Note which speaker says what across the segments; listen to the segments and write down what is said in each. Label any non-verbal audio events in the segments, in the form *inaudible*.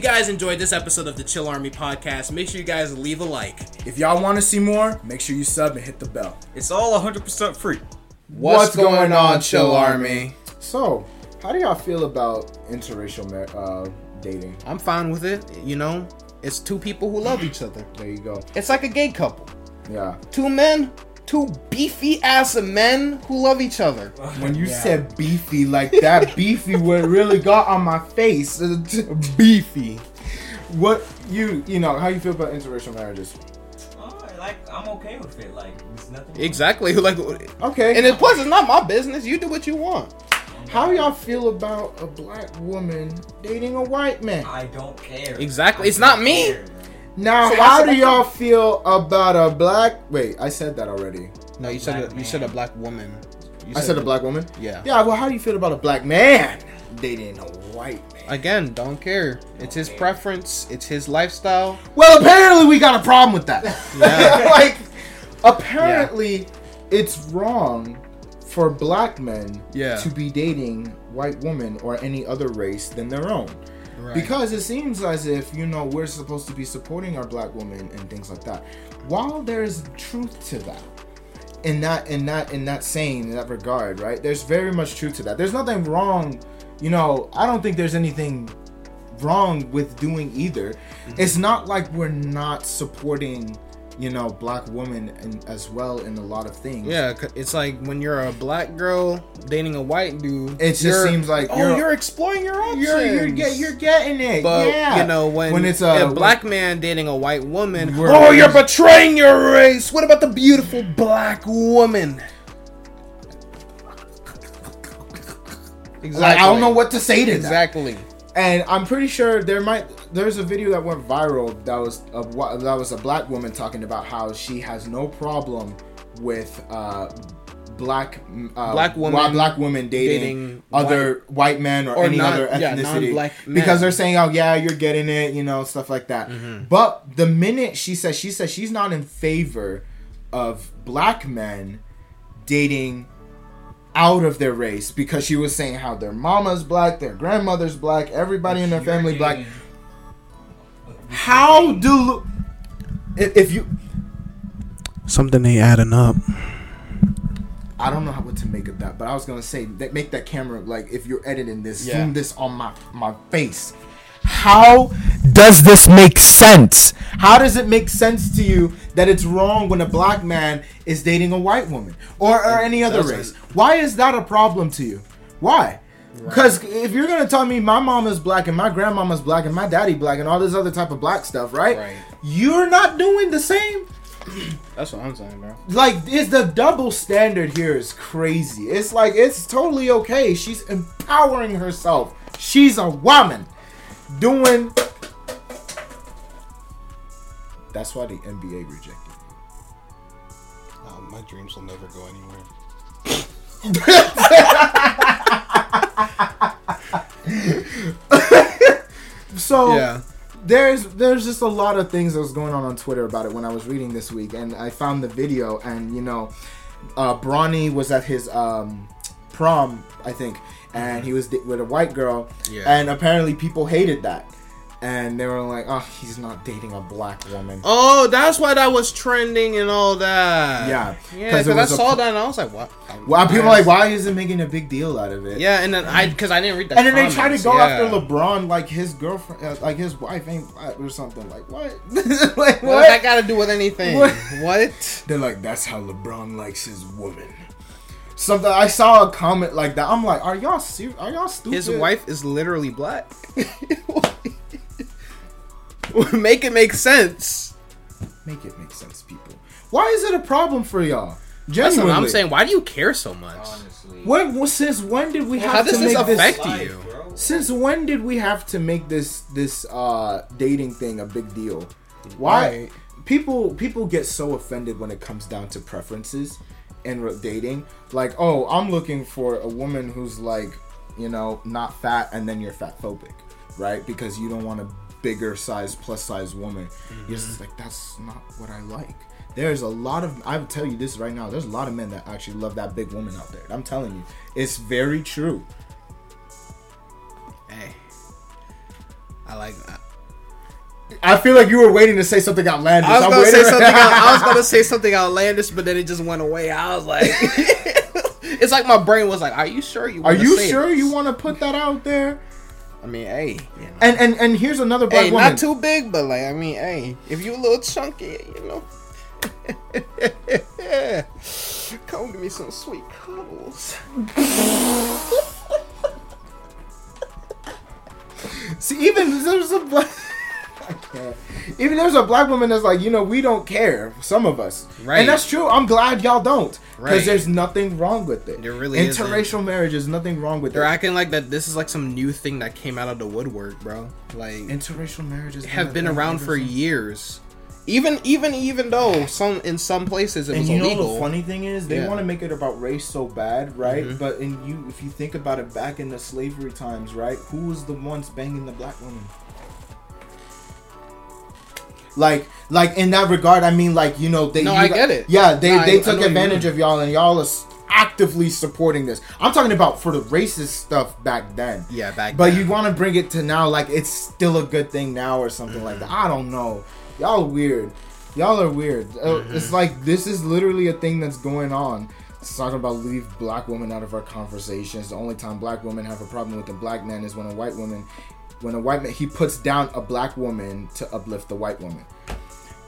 Speaker 1: guys enjoyed this episode of the Chill Army podcast, make sure you guys leave a like.
Speaker 2: If y'all want to see more, make sure you sub and hit the bell.
Speaker 3: It's all 100% free.
Speaker 4: What's going on, Chill Army?
Speaker 2: So, how do y'all feel about interracial mar- uh, dating?
Speaker 4: I'm fine with it. You know, it's two people who love each other.
Speaker 2: There you go.
Speaker 4: It's like a gay couple.
Speaker 2: Yeah.
Speaker 4: Two men, two beefy ass men who love each other.
Speaker 2: When you said beefy like *laughs* that, beefy what really got on my *laughs* face.
Speaker 4: Beefy.
Speaker 2: what you you know how you feel about interracial marriages?
Speaker 3: Oh, like, I'm okay with it. Like, it's nothing.
Speaker 4: Exactly. *laughs* Like,
Speaker 2: Okay.
Speaker 4: and it, plus, it's not my business. You do what you want.
Speaker 2: how y'all feel about a black woman dating a white man?
Speaker 3: I don't care.
Speaker 4: Exactly.
Speaker 3: I
Speaker 4: It's not
Speaker 3: don't
Speaker 4: me.
Speaker 3: care, man.
Speaker 2: Now,
Speaker 4: So why
Speaker 2: how
Speaker 4: should
Speaker 2: do
Speaker 4: I-
Speaker 2: y'all feel about a black? Wait, I said that already.
Speaker 4: No, you
Speaker 3: Black
Speaker 4: said a, you
Speaker 3: man.
Speaker 4: said a black woman. You
Speaker 2: I said a black woman.
Speaker 4: Yeah.
Speaker 2: Yeah. Well, how do you feel about a black man dating a white man?
Speaker 4: Again, don't care. It's his preference. It's his lifestyle.
Speaker 2: Well, apparently we got a problem with that.
Speaker 4: Yeah.
Speaker 2: *laughs* like, apparently it's wrong for black men
Speaker 4: Yeah.
Speaker 2: to be dating white women or any other race than their own.
Speaker 4: Right.
Speaker 2: Because it seems as if, you know, we're supposed to be supporting our black women and things like that. While there's truth to that, in that in that in that saying in that regard, right? There's very much truth to that. There's nothing wrong, you know, I don't think there's anything wrong with doing either.
Speaker 4: Mm-hmm.
Speaker 2: It's not like we're not supporting, you know, black women and as well in a lot of things.
Speaker 4: Yeah, c- it's like when you're a black girl dating a white dude.
Speaker 2: It just
Speaker 4: you're-
Speaker 2: seems like
Speaker 4: oh,
Speaker 2: you're-
Speaker 4: you're, exploring your options.
Speaker 2: You're you're, get, you're getting it.
Speaker 4: but
Speaker 2: yeah.
Speaker 4: you know when,
Speaker 2: when it's
Speaker 4: a
Speaker 2: when-
Speaker 4: black man dating a white woman.
Speaker 2: We're-
Speaker 4: oh, you're betraying your race. What about the beautiful black woman? Exactly.
Speaker 2: like, I don't know what to say to that.
Speaker 4: Exactly.
Speaker 2: and I'm pretty sure there might there's a video that went viral that was a, wh- that was a black woman talking about how she has no problem with uh, black mm, uh,
Speaker 4: Black
Speaker 2: whi-
Speaker 4: woman
Speaker 2: black women dating,
Speaker 4: dating
Speaker 2: other white, men or,
Speaker 4: or
Speaker 2: any
Speaker 4: non-
Speaker 2: other
Speaker 4: yeah,
Speaker 2: ethnicity
Speaker 4: non-black men.
Speaker 2: because they're saying oh yeah you're getting it you know stuff like that
Speaker 4: Mm-hmm.
Speaker 2: but the minute she says she says she's not in favor of black men dating out of their race because she was saying how their mama's black, their grandmother's black, everybody in their
Speaker 3: You're
Speaker 2: family black.
Speaker 3: dating-
Speaker 2: How do if, if you
Speaker 4: Something ain't adding up.
Speaker 2: I don't know how, what to make of that, but I was gonna say that make that camera like if you're editing this,
Speaker 4: Yeah.
Speaker 2: zoom this on my my face. How does this make sense? How does it make sense to you that it's wrong when a black man is dating a white woman or, or any other
Speaker 4: doesn't.
Speaker 2: race? Why is that a problem to you? Why? Because if you're gonna tell me my mom is black and my grandmama's black and my daddy black and all this other type of black stuff, right?
Speaker 4: Right.
Speaker 2: You're not doing the same
Speaker 4: That's what I'm saying, bro.
Speaker 2: like it's the double standard here is crazy it's like it's totally okay she's empowering herself she's a woman doing that's why the nba rejected
Speaker 4: Oh, my dreams will never go anywhere.
Speaker 2: you. *laughs* so
Speaker 4: Yeah.
Speaker 2: there's there's just a lot of things that was going on on Twitter about it when I was reading this week, and I found the video, and you know, uh, Bronny was at his um, prom, I think, and he was di- with a white girl,
Speaker 4: Yeah.
Speaker 2: and apparently people hated that, and they were like, "Oh, he's not dating a black woman."
Speaker 4: Oh, that's why that was trending and all that.
Speaker 2: Yeah,
Speaker 4: Oh, Yeah,
Speaker 2: 'cause it
Speaker 4: because I
Speaker 2: was a
Speaker 4: saw
Speaker 2: pl-
Speaker 4: that and I was like, what?
Speaker 2: Well, people are like, "Why isn't making a big deal out of it?"
Speaker 4: Yeah, and then I because I didn't read that.
Speaker 2: And then they try to
Speaker 4: comments,
Speaker 2: go
Speaker 4: yeah.
Speaker 2: after LeBron like his girlfriend, uh, like his wife ain't black or something. Like what? *laughs* like
Speaker 4: What does that got to do with anything?
Speaker 2: What?
Speaker 4: What?
Speaker 2: They're like, that's how LeBron likes his woman. Something I saw a comment like that. I'm like, are y'all serious? Are y'all stupid?
Speaker 4: His wife is literally black. *laughs* make it make sense.
Speaker 2: Make it make sense, people. Why is it a problem for y'all?
Speaker 4: That's
Speaker 2: Genuinely.
Speaker 4: what I'm saying. Why do you care so much?
Speaker 3: Honestly.
Speaker 2: When, well, since when did we have
Speaker 4: how
Speaker 2: to
Speaker 4: does this
Speaker 2: make
Speaker 4: affect
Speaker 2: this?
Speaker 4: you?
Speaker 3: Life, bro.
Speaker 2: Since when did we have to make this this uh dating thing a big deal? Why
Speaker 4: Right.
Speaker 2: people people get so offended when it comes down to preferences and re- dating? Like, oh, I'm looking for a woman who's like, you know, not fat, and then you're fat phobic, right? Because you don't want a bigger size plus size woman. You're just like, that's not what I like. There's a lot of I will tell you this right now. There's a lot of men that actually love that big woman out there. I'm telling you, it's very true.
Speaker 4: Hey, I like. I,
Speaker 2: I feel like you were waiting to say something outlandish.
Speaker 4: I was
Speaker 2: I'm
Speaker 4: gonna say
Speaker 2: waiting-
Speaker 4: something.
Speaker 2: *laughs*
Speaker 4: Out, I was gonna say something outlandish, but then it just went away. I was like, *laughs* it's like my brain was like, "Are you sure you?
Speaker 2: Are
Speaker 4: wanna
Speaker 2: you
Speaker 4: say
Speaker 2: sure
Speaker 4: this?"
Speaker 2: you want to put that out there?
Speaker 4: I mean, hey, you know.
Speaker 2: And and and here's another black
Speaker 4: hey,
Speaker 2: woman.
Speaker 4: not too big, but like, I mean, hey, if you a little chunky, you know, *laughs* come give me some sweet cuddles.
Speaker 2: See, even there's a black. *laughs* I can't. Even there's a black woman that's like, you know, we don't care. Some of us,
Speaker 4: Right.
Speaker 2: And that's true. I'm glad y'all don't, because
Speaker 4: Right.
Speaker 2: there's nothing wrong with it.
Speaker 4: There really eh? isn't.
Speaker 2: interracial marriage is nothing wrong with
Speaker 4: They're
Speaker 2: it.
Speaker 4: acting like that. This is like some new thing that came out of the woodwork, bro. Like,
Speaker 2: Interracial marriages
Speaker 4: have been around for years. Even even even though some in some places it
Speaker 2: And
Speaker 4: was
Speaker 2: you
Speaker 4: illegal.
Speaker 2: know the funny thing is, they
Speaker 4: Yeah.
Speaker 2: want to make it about race so bad, right?
Speaker 4: Mhm.
Speaker 2: But in you, if you think about it, back in the slavery times, right? Who was the ones banging the black woman? Like, like in that regard, I mean, like you know, they.
Speaker 4: No,
Speaker 2: you
Speaker 4: I
Speaker 2: got-
Speaker 4: get it.
Speaker 2: Yeah, they
Speaker 4: No, I-
Speaker 2: they
Speaker 4: I know
Speaker 2: took
Speaker 4: what you
Speaker 2: advantage
Speaker 4: mean.
Speaker 2: of y'all, and y'all is actively supporting this. I'm talking about for the racist stuff back then.
Speaker 4: yeah, back.
Speaker 2: But
Speaker 4: then.
Speaker 2: you want to bring it to now, like it's still a good thing now or something like that.
Speaker 4: Mm-hmm.
Speaker 2: I don't know. Y'all are weird. Y'all are weird. Uh,
Speaker 4: Mm-hmm.
Speaker 2: It's like this is literally a thing that's going on. It's talking about leave black women out of our conversations. The only time black women have a problem with a black man is when a white woman, when a white man, he puts down a black woman to uplift the white woman.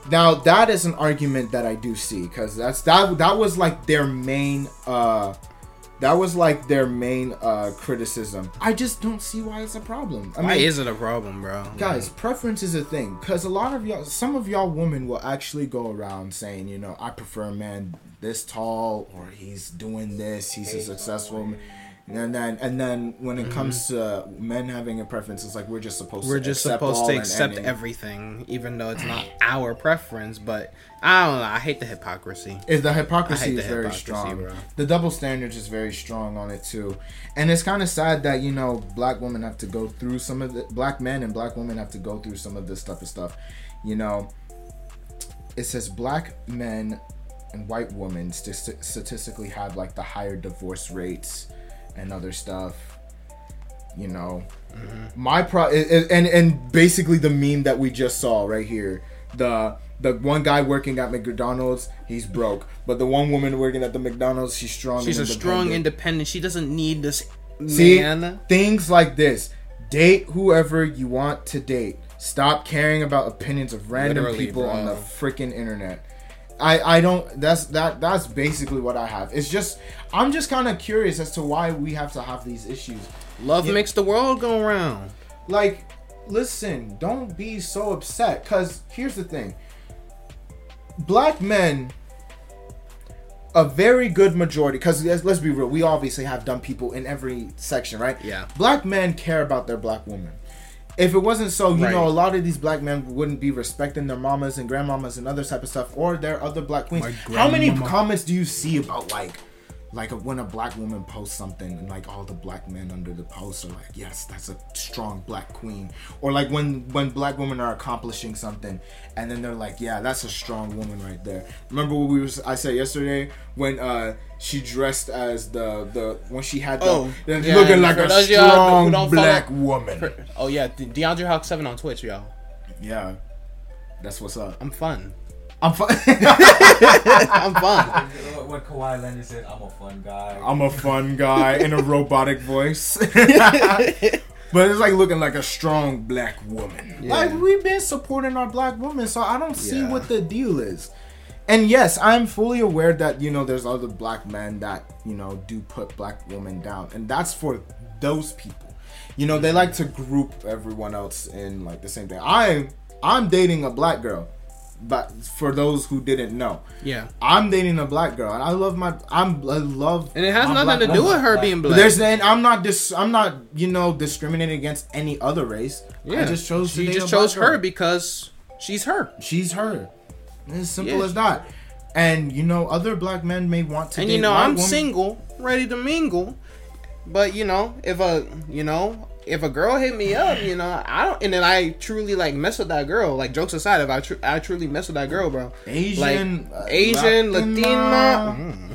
Speaker 2: Now that is an argument that I do see because that's that that was like their main uh that was like their main uh criticism. I just don't see why it's a problem. I
Speaker 4: why
Speaker 2: mean,
Speaker 4: is it a problem, bro?
Speaker 2: guys, preference is a thing because a lot of y'all, some of y'all women will actually go around saying, you know, I prefer a man this tall or he's doing this, he's a successful. man. And then, and then, when it comes to men having a preference, it's like we're just supposed
Speaker 4: Mm-hmm. we're
Speaker 2: to
Speaker 4: just
Speaker 2: accept
Speaker 4: supposed
Speaker 2: all
Speaker 4: to
Speaker 2: and
Speaker 4: accept
Speaker 2: any-
Speaker 4: everything, even though it's not our preference. But I don't know. I hate the hypocrisy.
Speaker 2: is the
Speaker 4: I hate
Speaker 2: hypocrisy
Speaker 4: the
Speaker 2: is very
Speaker 4: hypocrisy,
Speaker 2: strong.
Speaker 4: bro.
Speaker 2: The double standards is very strong on it too, and it's kind of sad that you know black women have to go through some of the black men and black women have to go through some of this type of stuff. You know, it says black men and white women st- statistically have like the higher divorce rates and other stuff. You know,
Speaker 4: Mm-hmm.
Speaker 2: my pro i- i- and and basically the meme that we just saw right here the the one guy working at McDonald's he's broke but the one woman working at the McDonald's she's strong
Speaker 4: She's a
Speaker 2: and
Speaker 4: strong,
Speaker 2: independent.
Speaker 4: independent. She doesn't need this
Speaker 2: See
Speaker 4: man.
Speaker 2: things like this. Date whoever you want to date. Stop caring about opinions of random
Speaker 4: Literally,
Speaker 2: people on
Speaker 4: bro.
Speaker 2: the freaking internet. I I don't. That's that. That's basically what I have. It's just I'm just kind of curious as to why we have to have these issues.
Speaker 4: Love makes the world go round.
Speaker 2: Like, listen, don't be so upset. Cause here's the thing. Black men. A very good majority, because let's, let's be real, we obviously have dumb people in every section, right?
Speaker 4: Yeah.
Speaker 2: black men care about their black women. If it wasn't so, you
Speaker 4: Right.
Speaker 2: know, a lot of these black men wouldn't be respecting their mamas and grandmamas and other type of stuff, or their other black queens.
Speaker 4: My
Speaker 2: How many
Speaker 4: grandmama.
Speaker 2: comments do you see about like, like when a black woman posts something and like all the black men under the post are like, yes, that's a strong black queen, or like when when black women are accomplishing something and then they're like, yeah, that's a strong woman right there. Remember what we was I said yesterday when uh she dressed as the the when she had the
Speaker 4: Oh,
Speaker 2: and
Speaker 4: yeah,
Speaker 2: looking
Speaker 4: and
Speaker 2: like
Speaker 4: for
Speaker 2: a
Speaker 4: those y'all who
Speaker 2: strong
Speaker 4: don't follow-
Speaker 2: black woman.
Speaker 4: Oh yeah, De- DeAndre Hawk Seven on Twitch, y'all.
Speaker 2: yeah, that's what's up.
Speaker 4: I'm fun.
Speaker 2: I'm fun.
Speaker 4: *laughs* I'm fun.
Speaker 3: What, what Kawhi Leonard said, I'm a fun guy.
Speaker 2: I'm a fun guy in a robotic
Speaker 4: *laughs*
Speaker 2: voice, but it's like looking like a strong black woman. Like we've been supporting our black women, so I don't see
Speaker 4: Yeah.
Speaker 2: what the deal is. And yes, I'm fully aware that you know there's other black men that you know do put black women down, and that's for those people. You know they like to group everyone else in like the same thing. I I'm dating a black girl, but for those who didn't know,
Speaker 4: *laughs* yeah,
Speaker 2: I'm dating a black girl, and I love my I'm I love
Speaker 4: and it has
Speaker 2: my black
Speaker 4: nothing to do
Speaker 2: woman.
Speaker 4: with her
Speaker 3: Black-
Speaker 4: being
Speaker 2: But
Speaker 4: black.
Speaker 2: There's and I'm not dis I'm not you know discriminating against any other race. I just chose. to
Speaker 4: She
Speaker 2: date
Speaker 4: just
Speaker 2: a
Speaker 4: chose
Speaker 2: black girl.
Speaker 4: her because she's her.
Speaker 2: She's her. It's as simple
Speaker 4: Yeah.
Speaker 2: as that. And you know, other black men may want to.
Speaker 4: and
Speaker 2: date
Speaker 4: you know,
Speaker 2: white
Speaker 4: I'm
Speaker 2: women.
Speaker 4: single, ready to mingle. But you know, if a you know if a girl hit me up, you know, I don't. And then I truly like mess with that girl. Like jokes aside, if I tru- I truly mess with that girl, bro.
Speaker 2: Asian,
Speaker 4: like
Speaker 2: uh, Mm-hmm.
Speaker 4: Asian, Latina. Mm.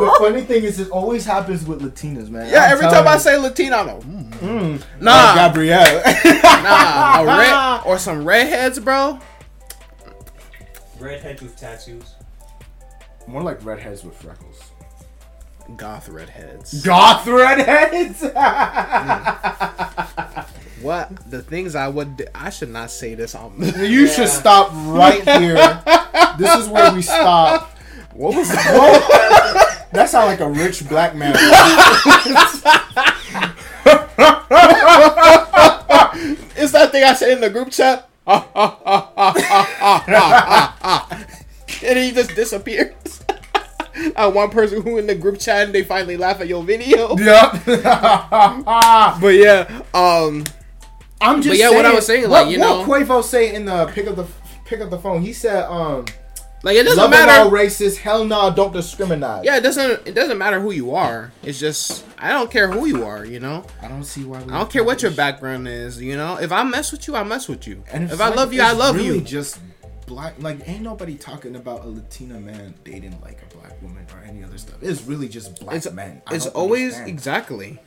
Speaker 2: But funny thing is, it always happens with Latinas, man.
Speaker 4: Yeah,
Speaker 2: I'm
Speaker 4: every time
Speaker 2: telling
Speaker 4: I
Speaker 2: you.
Speaker 4: say Latino, I know. mm,
Speaker 2: Mm.
Speaker 4: Nah.
Speaker 2: Like Gabrielle.
Speaker 4: *laughs* Nah, a *laughs* red or some redheads, bro.
Speaker 3: Redheads with tattoos.
Speaker 2: More like redheads with freckles.
Speaker 4: Goth redheads.
Speaker 2: Goth redheads. *laughs*
Speaker 4: Mm. What the things I would do- I should not say this *laughs* on.
Speaker 2: You should stop right
Speaker 4: *laughs*
Speaker 2: here. this is where we stop.
Speaker 4: what *laughs* was
Speaker 2: That sounds like a rich black *laughs* man.
Speaker 4: It's that thing I said in the group chat. Ah, ah, ah, ah, ah, ah, ah, ah, ah. *laughs* and he just disappears. *laughs* I one person who in the group chat and they finally laugh at your video.
Speaker 2: yep.
Speaker 4: But yeah, um,
Speaker 2: *laughs* I'm just.
Speaker 4: But yeah,
Speaker 2: saying,
Speaker 4: what I was saying,
Speaker 2: what-
Speaker 4: like, you know-
Speaker 2: what Quavo say in the pick up the pick up the phone. He said, um,
Speaker 4: like it doesn't
Speaker 2: "Love
Speaker 4: matter.
Speaker 2: all races. Hell no, don't discriminate."
Speaker 4: yeah, it doesn't. It doesn't matter who you are. It's just I don't care who you are. You know,
Speaker 2: I don't see why. We
Speaker 4: I don't care what your background is. You know, if I mess with you, I mess with you.
Speaker 2: And
Speaker 4: if
Speaker 2: it's
Speaker 4: I
Speaker 2: like-
Speaker 4: love you,
Speaker 2: it's
Speaker 4: I love
Speaker 2: really
Speaker 4: you.
Speaker 2: Just black, like ain't nobody talking about a Latina man dating like a black woman or any other stuff. It's really just black
Speaker 4: it's
Speaker 2: men. I
Speaker 4: it's
Speaker 2: don't
Speaker 4: always
Speaker 2: understand.
Speaker 4: exactly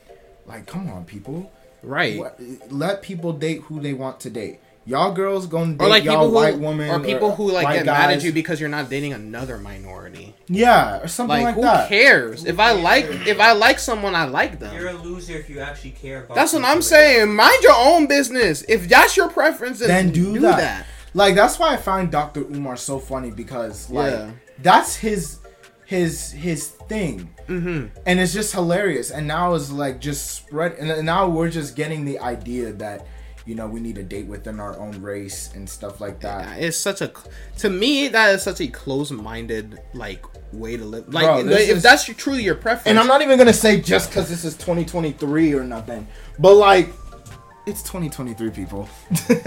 Speaker 2: like, come on, people.
Speaker 4: right.
Speaker 2: What- let people date who they want to date. Y'all girls gonna date
Speaker 4: Or like
Speaker 2: y'all
Speaker 4: people
Speaker 2: white
Speaker 4: who,
Speaker 2: women
Speaker 4: or people who like
Speaker 2: white
Speaker 4: get mad at
Speaker 2: guys.
Speaker 4: you because you're not dating another minority.
Speaker 2: yeah, or something
Speaker 4: Like,
Speaker 2: like,
Speaker 4: who
Speaker 2: that.
Speaker 4: cares? if I like if I like someone, I like
Speaker 3: You're
Speaker 4: them.
Speaker 3: a loser if you actually care about.
Speaker 4: That's what
Speaker 3: people.
Speaker 4: I'm saying. Mind your own business. If that's your preference, then,
Speaker 2: Then do,
Speaker 4: do
Speaker 2: that.
Speaker 4: that.
Speaker 2: Like that's why I find Dr. Umar so funny because like
Speaker 4: Yeah.
Speaker 2: that's his his his thing.
Speaker 4: Mm-hmm.
Speaker 2: and it's just hilarious. And now it's like just spread, and now we're just getting the idea that you know we need a date within our own race and stuff like that.
Speaker 4: It's such a, to me, that is such a close-minded like way to live. Like
Speaker 2: Bro, this
Speaker 4: if
Speaker 2: is-
Speaker 4: that's truly your preference,
Speaker 2: And I'm not even gonna say just because this is 2023 or nothing, but like it's 2023, people. *laughs*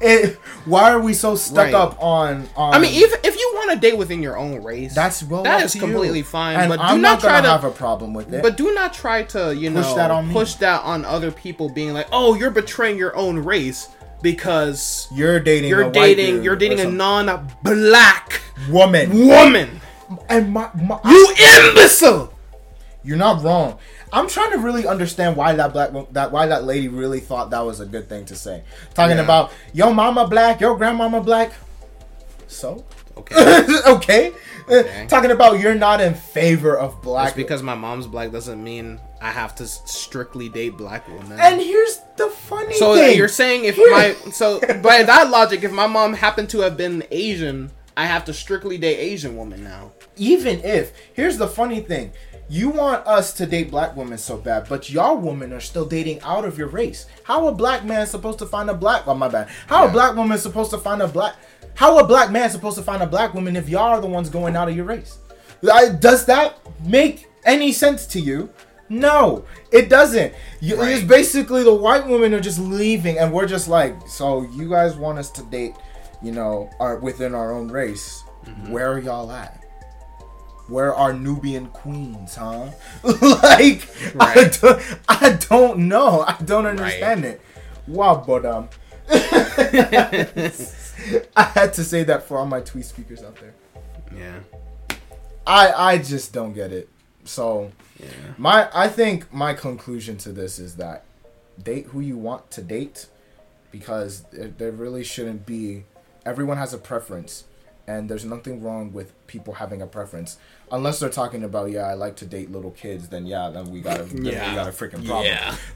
Speaker 2: it, why are we so stuck
Speaker 4: Right.
Speaker 2: up on, on?
Speaker 4: I mean, if if you want to date within your own race,
Speaker 2: that's well,
Speaker 4: that
Speaker 2: up
Speaker 4: is
Speaker 2: to you.
Speaker 4: completely fine.
Speaker 2: And
Speaker 4: but do
Speaker 2: I'm
Speaker 4: not,
Speaker 2: not,
Speaker 4: try
Speaker 2: gonna
Speaker 4: to
Speaker 2: have a problem with it.
Speaker 4: But do not try to, you know,
Speaker 2: Push that on me.
Speaker 4: push that on other people being like, "Oh, you're betraying your own race because
Speaker 2: you're dating, a
Speaker 4: you're
Speaker 2: white
Speaker 4: dating
Speaker 2: dude
Speaker 4: you're
Speaker 2: or
Speaker 4: dating a
Speaker 2: some
Speaker 4: non-black
Speaker 2: woman,
Speaker 4: woman.
Speaker 2: and my, my
Speaker 4: You imbecile."
Speaker 2: You're not wrong. I'm trying to really understand why that black wo- that why that lady really thought that was a good thing to say. Talking
Speaker 4: Yeah.
Speaker 2: about yo mama black, yo grandmama black. So *laughs*
Speaker 4: Okay.
Speaker 2: okay. Uh, Talking about you're not in favor of
Speaker 4: Just
Speaker 2: black.
Speaker 4: because my mom's black doesn't mean I have to s- strictly date black women.
Speaker 2: and here's the funny
Speaker 4: so uh,
Speaker 2: thing.
Speaker 4: you're saying if
Speaker 2: Here-
Speaker 4: my so by that logic, if my mom happened to have been Asian, I have to strictly date Asian women now.
Speaker 2: even if here's the funny thing, you want us to date black women so bad, but y'all women are still dating out of your race. How a black man supposed to find a black? Oh my bad. How a black woman supposed to find a black? How a black man supposed to find a black woman if y'all are the ones going out of your race? I, does that make any sense to you? No, it doesn't. You, It's
Speaker 4: Right.
Speaker 2: basically the white women are just leaving, and we're just like, so you guys want us to date, you know, are within our own race. Where are y'all at? Where are Nubian queens, huh? *laughs* like, I,
Speaker 4: Right.
Speaker 2: don't, I don't know. I don't understand it. Wow, but um, *laughs* I had to say that for all my tweet speakers out there.
Speaker 4: Yeah.
Speaker 2: I I just don't get it. So
Speaker 4: Yeah.
Speaker 2: my I think my conclusion to this is that date who you want to date because there, there really shouldn't be everyone has a preference and there's nothing wrong with people having a preference unless they're talking about yeah I like to date little kids then yeah then we got a then we
Speaker 4: Yeah.
Speaker 2: got a freaking problem.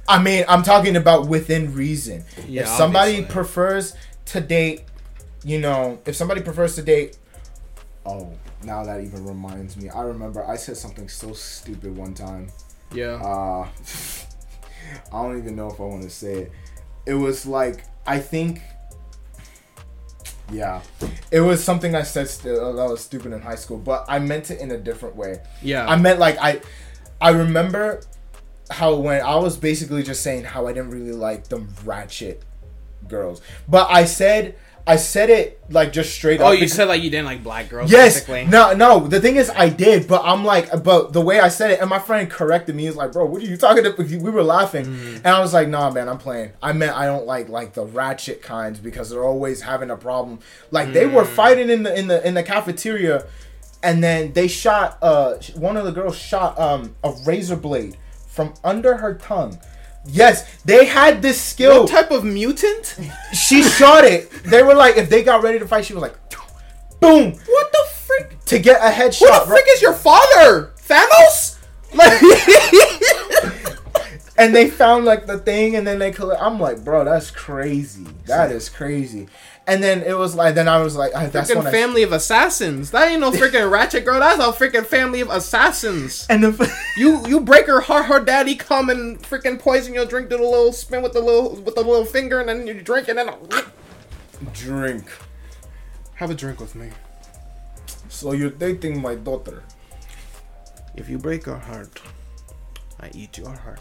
Speaker 2: I mean I'm talking about within reason.
Speaker 4: Yeah,
Speaker 2: if somebody
Speaker 4: obviously.
Speaker 2: prefers to date you know if somebody prefers to date oh now that even reminds me I remember I said something so stupid one time
Speaker 4: Yeah.
Speaker 2: uh, *laughs* I don't even know if I want to say it. It was like I think, yeah, it was something I said st- uh, that was stupid in high school, but I meant it in a different way.
Speaker 4: yeah.
Speaker 2: I meant like I, I remember how when I was basically just saying how I didn't really like them ratchet girls, but I said I said it like just straight
Speaker 4: Oh,
Speaker 2: up.
Speaker 4: you
Speaker 2: because-
Speaker 4: said like you didn't like black girls.
Speaker 2: Yes.
Speaker 4: Basically.
Speaker 2: No, no. The thing is, I did, but I'm like, but the way I said it, and my friend corrected me. He's like, bro, what are you talking about? We were laughing,
Speaker 4: Mm-hmm.
Speaker 2: and I was like, nah, man, I'm playing. I meant I don't like like the ratchet
Speaker 4: Mm.
Speaker 2: kinds because they're always having a problem. Like they were fighting in the in the in the cafeteria. and then they shot uh sh- one of the girls shot um a razor blade from under her tongue. Yes, they had this skill.
Speaker 4: What type of
Speaker 2: *laughs*
Speaker 4: mutant?
Speaker 2: she shot it. They were like, if they got ready to fight, she was like, boom,
Speaker 4: What the frick?
Speaker 2: to get a headshot.
Speaker 4: What the
Speaker 2: right-
Speaker 4: frick is your father?
Speaker 2: *laughs*
Speaker 4: Thanos? Like, *laughs*
Speaker 2: and they found like the thing and then they collect i'm like bro that's crazy that is crazy and then it was like then i was like I, that's when
Speaker 4: freaking
Speaker 2: I,
Speaker 4: family of assassins. That ain't no freaking ratchet girl. That's a freaking family of assassins.
Speaker 2: *laughs* and the,
Speaker 4: *laughs* You you break her heart, her daddy come and freaking poison your drink, do the little spin with the little with the little finger, and then you drink, and then
Speaker 2: drink
Speaker 4: have a drink with me.
Speaker 2: so you're dating my daughter
Speaker 4: If you break her heart, I eat your *laughs* heart.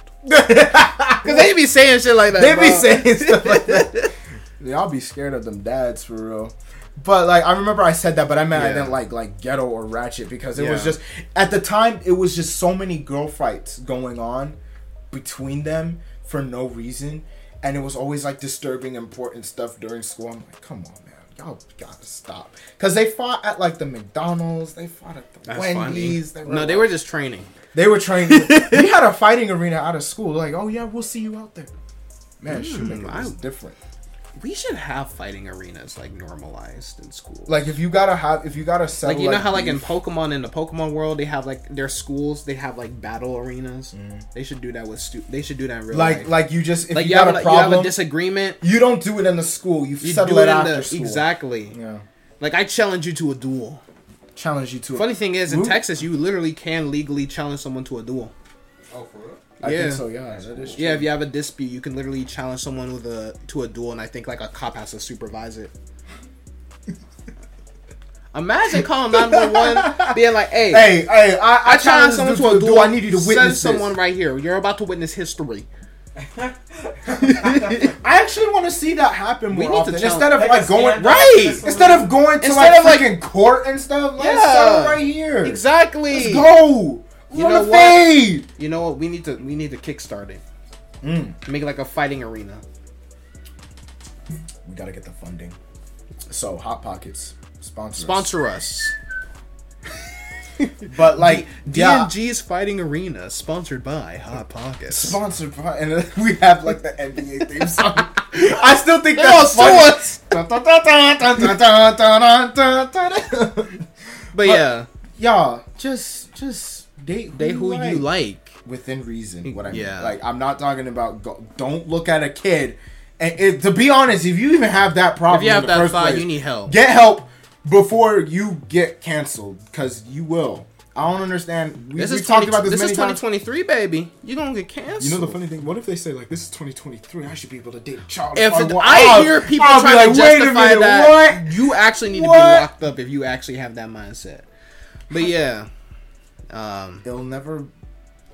Speaker 4: Cause they be saying shit like that.
Speaker 2: they be
Speaker 4: bro.
Speaker 2: saying stuff like that *laughs* yeah, i'll be scared of them dads for real but like i remember i said that but i meant i
Speaker 4: Yeah.
Speaker 2: didn't like like ghetto or ratchet because it was
Speaker 4: Yeah.
Speaker 2: just at the time it was just so many girl fights going on between them for no reason and it was always like disturbing important stuff during school i'm like come on man y'all gotta stop because they fought at like the mcdonald's they fought at the
Speaker 4: That's
Speaker 2: wendy's
Speaker 4: funny. No, they were just training.
Speaker 2: they were training we had a fighting arena out of school like oh yeah we'll see you out there
Speaker 4: Hmm,
Speaker 2: man shooting was
Speaker 4: I-
Speaker 2: different
Speaker 4: We should have fighting arenas like normalized in school.
Speaker 2: like if you gotta have if you gotta sell
Speaker 4: like you know how like in
Speaker 2: beef-
Speaker 4: Pokemon in the Pokemon world they have like their schools they have like battle arenas. They should do that with stu- they should do that in real
Speaker 2: Mm. like
Speaker 4: life.
Speaker 2: like you just if
Speaker 4: like
Speaker 2: you,
Speaker 4: you,
Speaker 2: got
Speaker 4: have
Speaker 2: a
Speaker 4: a, you
Speaker 2: problem
Speaker 4: have
Speaker 2: you,
Speaker 4: a disagreement.
Speaker 2: don't do it in the school you,
Speaker 4: You
Speaker 2: settle
Speaker 4: do
Speaker 2: it
Speaker 4: it in
Speaker 2: after
Speaker 4: the
Speaker 2: school
Speaker 4: exactly.
Speaker 2: yeah
Speaker 4: Like I challenge you to a duel.
Speaker 2: challenge you to it
Speaker 4: Funny thing is in
Speaker 2: Whoop.
Speaker 4: Texas you literally can legally challenge someone to a duel.
Speaker 3: Oh, for real?
Speaker 2: I
Speaker 4: yeah.
Speaker 2: think so yeah that is true.
Speaker 4: Yeah, if you have a dispute, you can literally challenge someone with a to a duel, and I think like a cop has to supervise
Speaker 2: *laughs*
Speaker 4: it. Imagine calling nine one one, being like, "Hey,
Speaker 2: hey hey I, I,
Speaker 4: I challenge
Speaker 2: challenge
Speaker 4: someone
Speaker 2: you
Speaker 4: to a duel.
Speaker 2: I need you to
Speaker 4: Send
Speaker 2: witness
Speaker 4: someone
Speaker 2: this.
Speaker 4: right here. You're about to witness history.
Speaker 2: I actually want to see that happen more
Speaker 4: We need to
Speaker 2: often
Speaker 4: challenge-
Speaker 2: instead of
Speaker 3: Like a
Speaker 2: like going
Speaker 3: stand-up
Speaker 2: right
Speaker 3: for
Speaker 2: instead of going to
Speaker 4: Instead
Speaker 2: like
Speaker 4: of, like-
Speaker 2: freaking court and stuff like
Speaker 4: Yeah.
Speaker 2: settle right here
Speaker 4: Exactly.
Speaker 2: Let's go. We
Speaker 4: You
Speaker 2: on
Speaker 4: know
Speaker 2: the
Speaker 4: what?
Speaker 2: fade.
Speaker 4: You know what? We need to we need to kickstart it.
Speaker 2: Mm,
Speaker 4: Make it like a fighting arena.
Speaker 2: We gotta get the funding. So hot pockets sponsor.
Speaker 4: Sponsor us.
Speaker 2: us. but like yeah,
Speaker 4: DNG's Fighting Arena, sponsored by Hot Pockets.
Speaker 2: sponsored by, *laughs* and then we have like the NBA
Speaker 4: *laughs*
Speaker 2: theme song. I still think
Speaker 4: They're all
Speaker 2: that's funny.
Speaker 4: swords.
Speaker 2: But-
Speaker 4: but yeah,
Speaker 2: *laughs* Y'all, just just date who
Speaker 4: they who you like.
Speaker 2: within reason. What I mean,
Speaker 4: Yeah.
Speaker 2: like I'm not talking about go, don't look at a kid. And it, to be honest, if you even have that problem,
Speaker 4: If you
Speaker 2: in
Speaker 4: have
Speaker 2: the
Speaker 4: that
Speaker 2: first
Speaker 4: thought,
Speaker 2: place,
Speaker 4: you need help.
Speaker 2: get help before you get canceled because you will. I don't understand. We,
Speaker 4: this
Speaker 2: we
Speaker 4: is
Speaker 2: talked
Speaker 4: 20
Speaker 2: about this,
Speaker 4: this
Speaker 2: many
Speaker 4: is
Speaker 2: times.
Speaker 4: 2023, baby. You're gonna get canceled.
Speaker 2: You know the funny thing? What if they say like this is 2023? I should be able to date a child.
Speaker 4: If
Speaker 2: want."
Speaker 4: I
Speaker 2: I'll-
Speaker 4: hear people
Speaker 2: I'll be
Speaker 4: trying to
Speaker 2: like, "Wait a
Speaker 4: justify
Speaker 2: minute,
Speaker 4: that, you actually need to
Speaker 2: What?
Speaker 4: be locked up if you actually have that mindset. But yeah, um,
Speaker 2: It'll never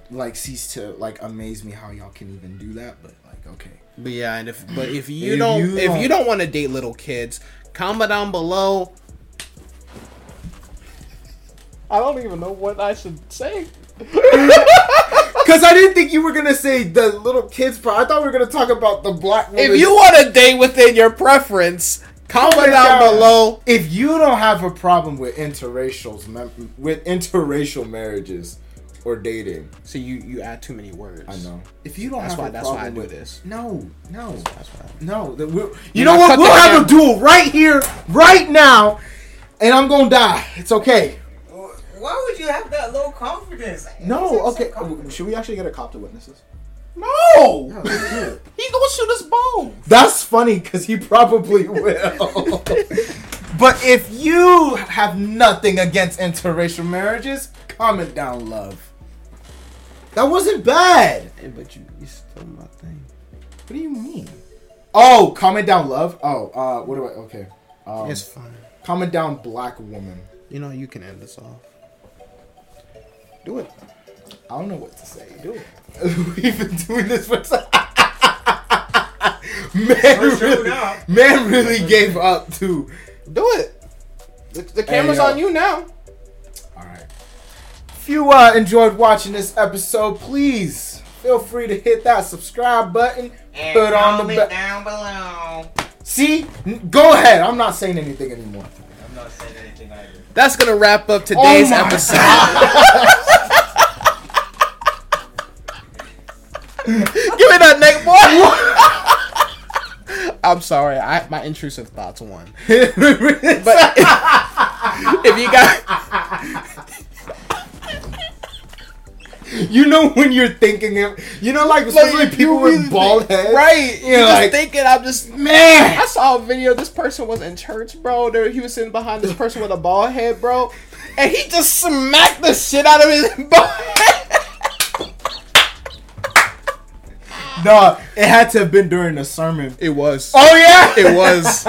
Speaker 2: like cease to like amaze me how y'all can even do that. But like, okay, *laughs*
Speaker 4: but yeah, and if but if you
Speaker 2: If
Speaker 4: don't
Speaker 2: you
Speaker 4: if
Speaker 2: don't-
Speaker 4: you don't want to date little kids, comment down below. I don't even know what I should say.
Speaker 2: because I didn't think you were gonna say the little kids part. I thought we were gonna talk about the black.
Speaker 4: If
Speaker 2: woman.
Speaker 4: you want to date within your preference, comment down
Speaker 2: Yeah.
Speaker 4: below.
Speaker 2: if you don't have a problem with interracials, mem- with interracial marriages or dating,
Speaker 4: So you you add too many words.
Speaker 2: I know. If you don't
Speaker 4: That's
Speaker 2: have
Speaker 4: why-
Speaker 2: a
Speaker 4: that's why I
Speaker 2: problem
Speaker 4: do
Speaker 2: with
Speaker 4: this.
Speaker 2: no, no,
Speaker 4: That's why.
Speaker 2: no. that we're- you
Speaker 4: know,
Speaker 2: know
Speaker 4: cut
Speaker 2: what? We'll
Speaker 4: that
Speaker 2: have a
Speaker 4: down.
Speaker 2: duel right here, right now, and I'm gonna die. It's okay.
Speaker 3: Why would you have that low confidence?
Speaker 2: No,
Speaker 3: It's like
Speaker 2: okay.
Speaker 3: so confident.
Speaker 2: Should we actually get a cop to witnesses?
Speaker 4: No,
Speaker 2: *laughs*
Speaker 4: he gonna shoot his bone.
Speaker 2: That's funny because he probably *laughs* will. but if you have nothing against interracial marriages, comment down love. That wasn't bad.
Speaker 4: but you you stole my thing.
Speaker 2: What do you mean? Oh, comment down love. Oh, uh, what do I? Okay. Um,
Speaker 4: It's fine.
Speaker 2: Comment down black woman.
Speaker 4: You know you can end us off.
Speaker 2: Do it. I don't know what to say. Do it. *laughs* We've been doing this for. so- *laughs* man,
Speaker 3: For sure
Speaker 2: really,
Speaker 3: now.
Speaker 2: man really gave up too.
Speaker 4: Do it. The, the camera's
Speaker 2: yo.
Speaker 4: on you now.
Speaker 2: All right. If you uh, enjoyed watching this episode, please feel free to hit that subscribe button.
Speaker 3: And
Speaker 2: put on the
Speaker 3: comment
Speaker 2: be-
Speaker 3: down below.
Speaker 2: See, N- go ahead. I'm not saying anything anymore. *laughs*
Speaker 3: I'm not not saying anything either.
Speaker 4: That's gonna wrap up today's
Speaker 2: my
Speaker 4: episode. *laughs* Give me that neck, boy. *laughs* I'm sorry, I my intrusive thoughts won. *laughs* But if, you got,
Speaker 2: you know when you're thinking of, you know, like especially
Speaker 4: if
Speaker 2: people
Speaker 4: you really
Speaker 2: with bald heads,
Speaker 4: right? You're,
Speaker 2: You're
Speaker 4: just
Speaker 2: like,
Speaker 4: thinking. I'm just
Speaker 2: man.
Speaker 4: I saw a video. This person was in church, bro. There, he was sitting behind this person with a bald head, bro, and he just smacked the shit out of his *laughs* bald head.
Speaker 2: No, it had to have been during the sermon.
Speaker 4: It was.
Speaker 2: Oh yeah,
Speaker 4: It was.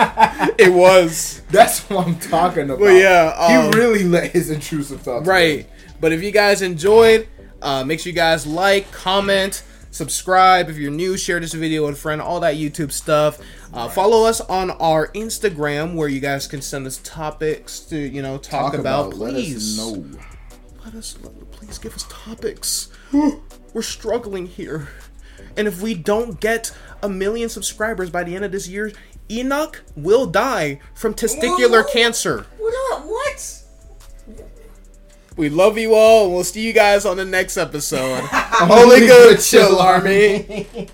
Speaker 4: It was.
Speaker 2: That's what I'm talking about.
Speaker 4: But yeah, um,
Speaker 2: he really let his intrusive thoughts.
Speaker 4: right. But if you guys enjoyed, uh, make sure you guys like, comment, subscribe. If you're new, share this video with a friend. All that YouTube stuff. Uh, follow us on our Instagram, where you guys can send us topics to you know talk,
Speaker 2: Talk
Speaker 4: about.
Speaker 2: about.
Speaker 4: Please.
Speaker 2: Let us know.
Speaker 4: let us please give us topics. We're struggling here. And if we don't get a million subscribers by the end of this year, Enoch will die from testicular
Speaker 3: Whoa.
Speaker 4: cancer.
Speaker 3: What? up? What?
Speaker 4: We love you all, and we'll see you guys on the next *laughs* episode. Holy Good Chill Army.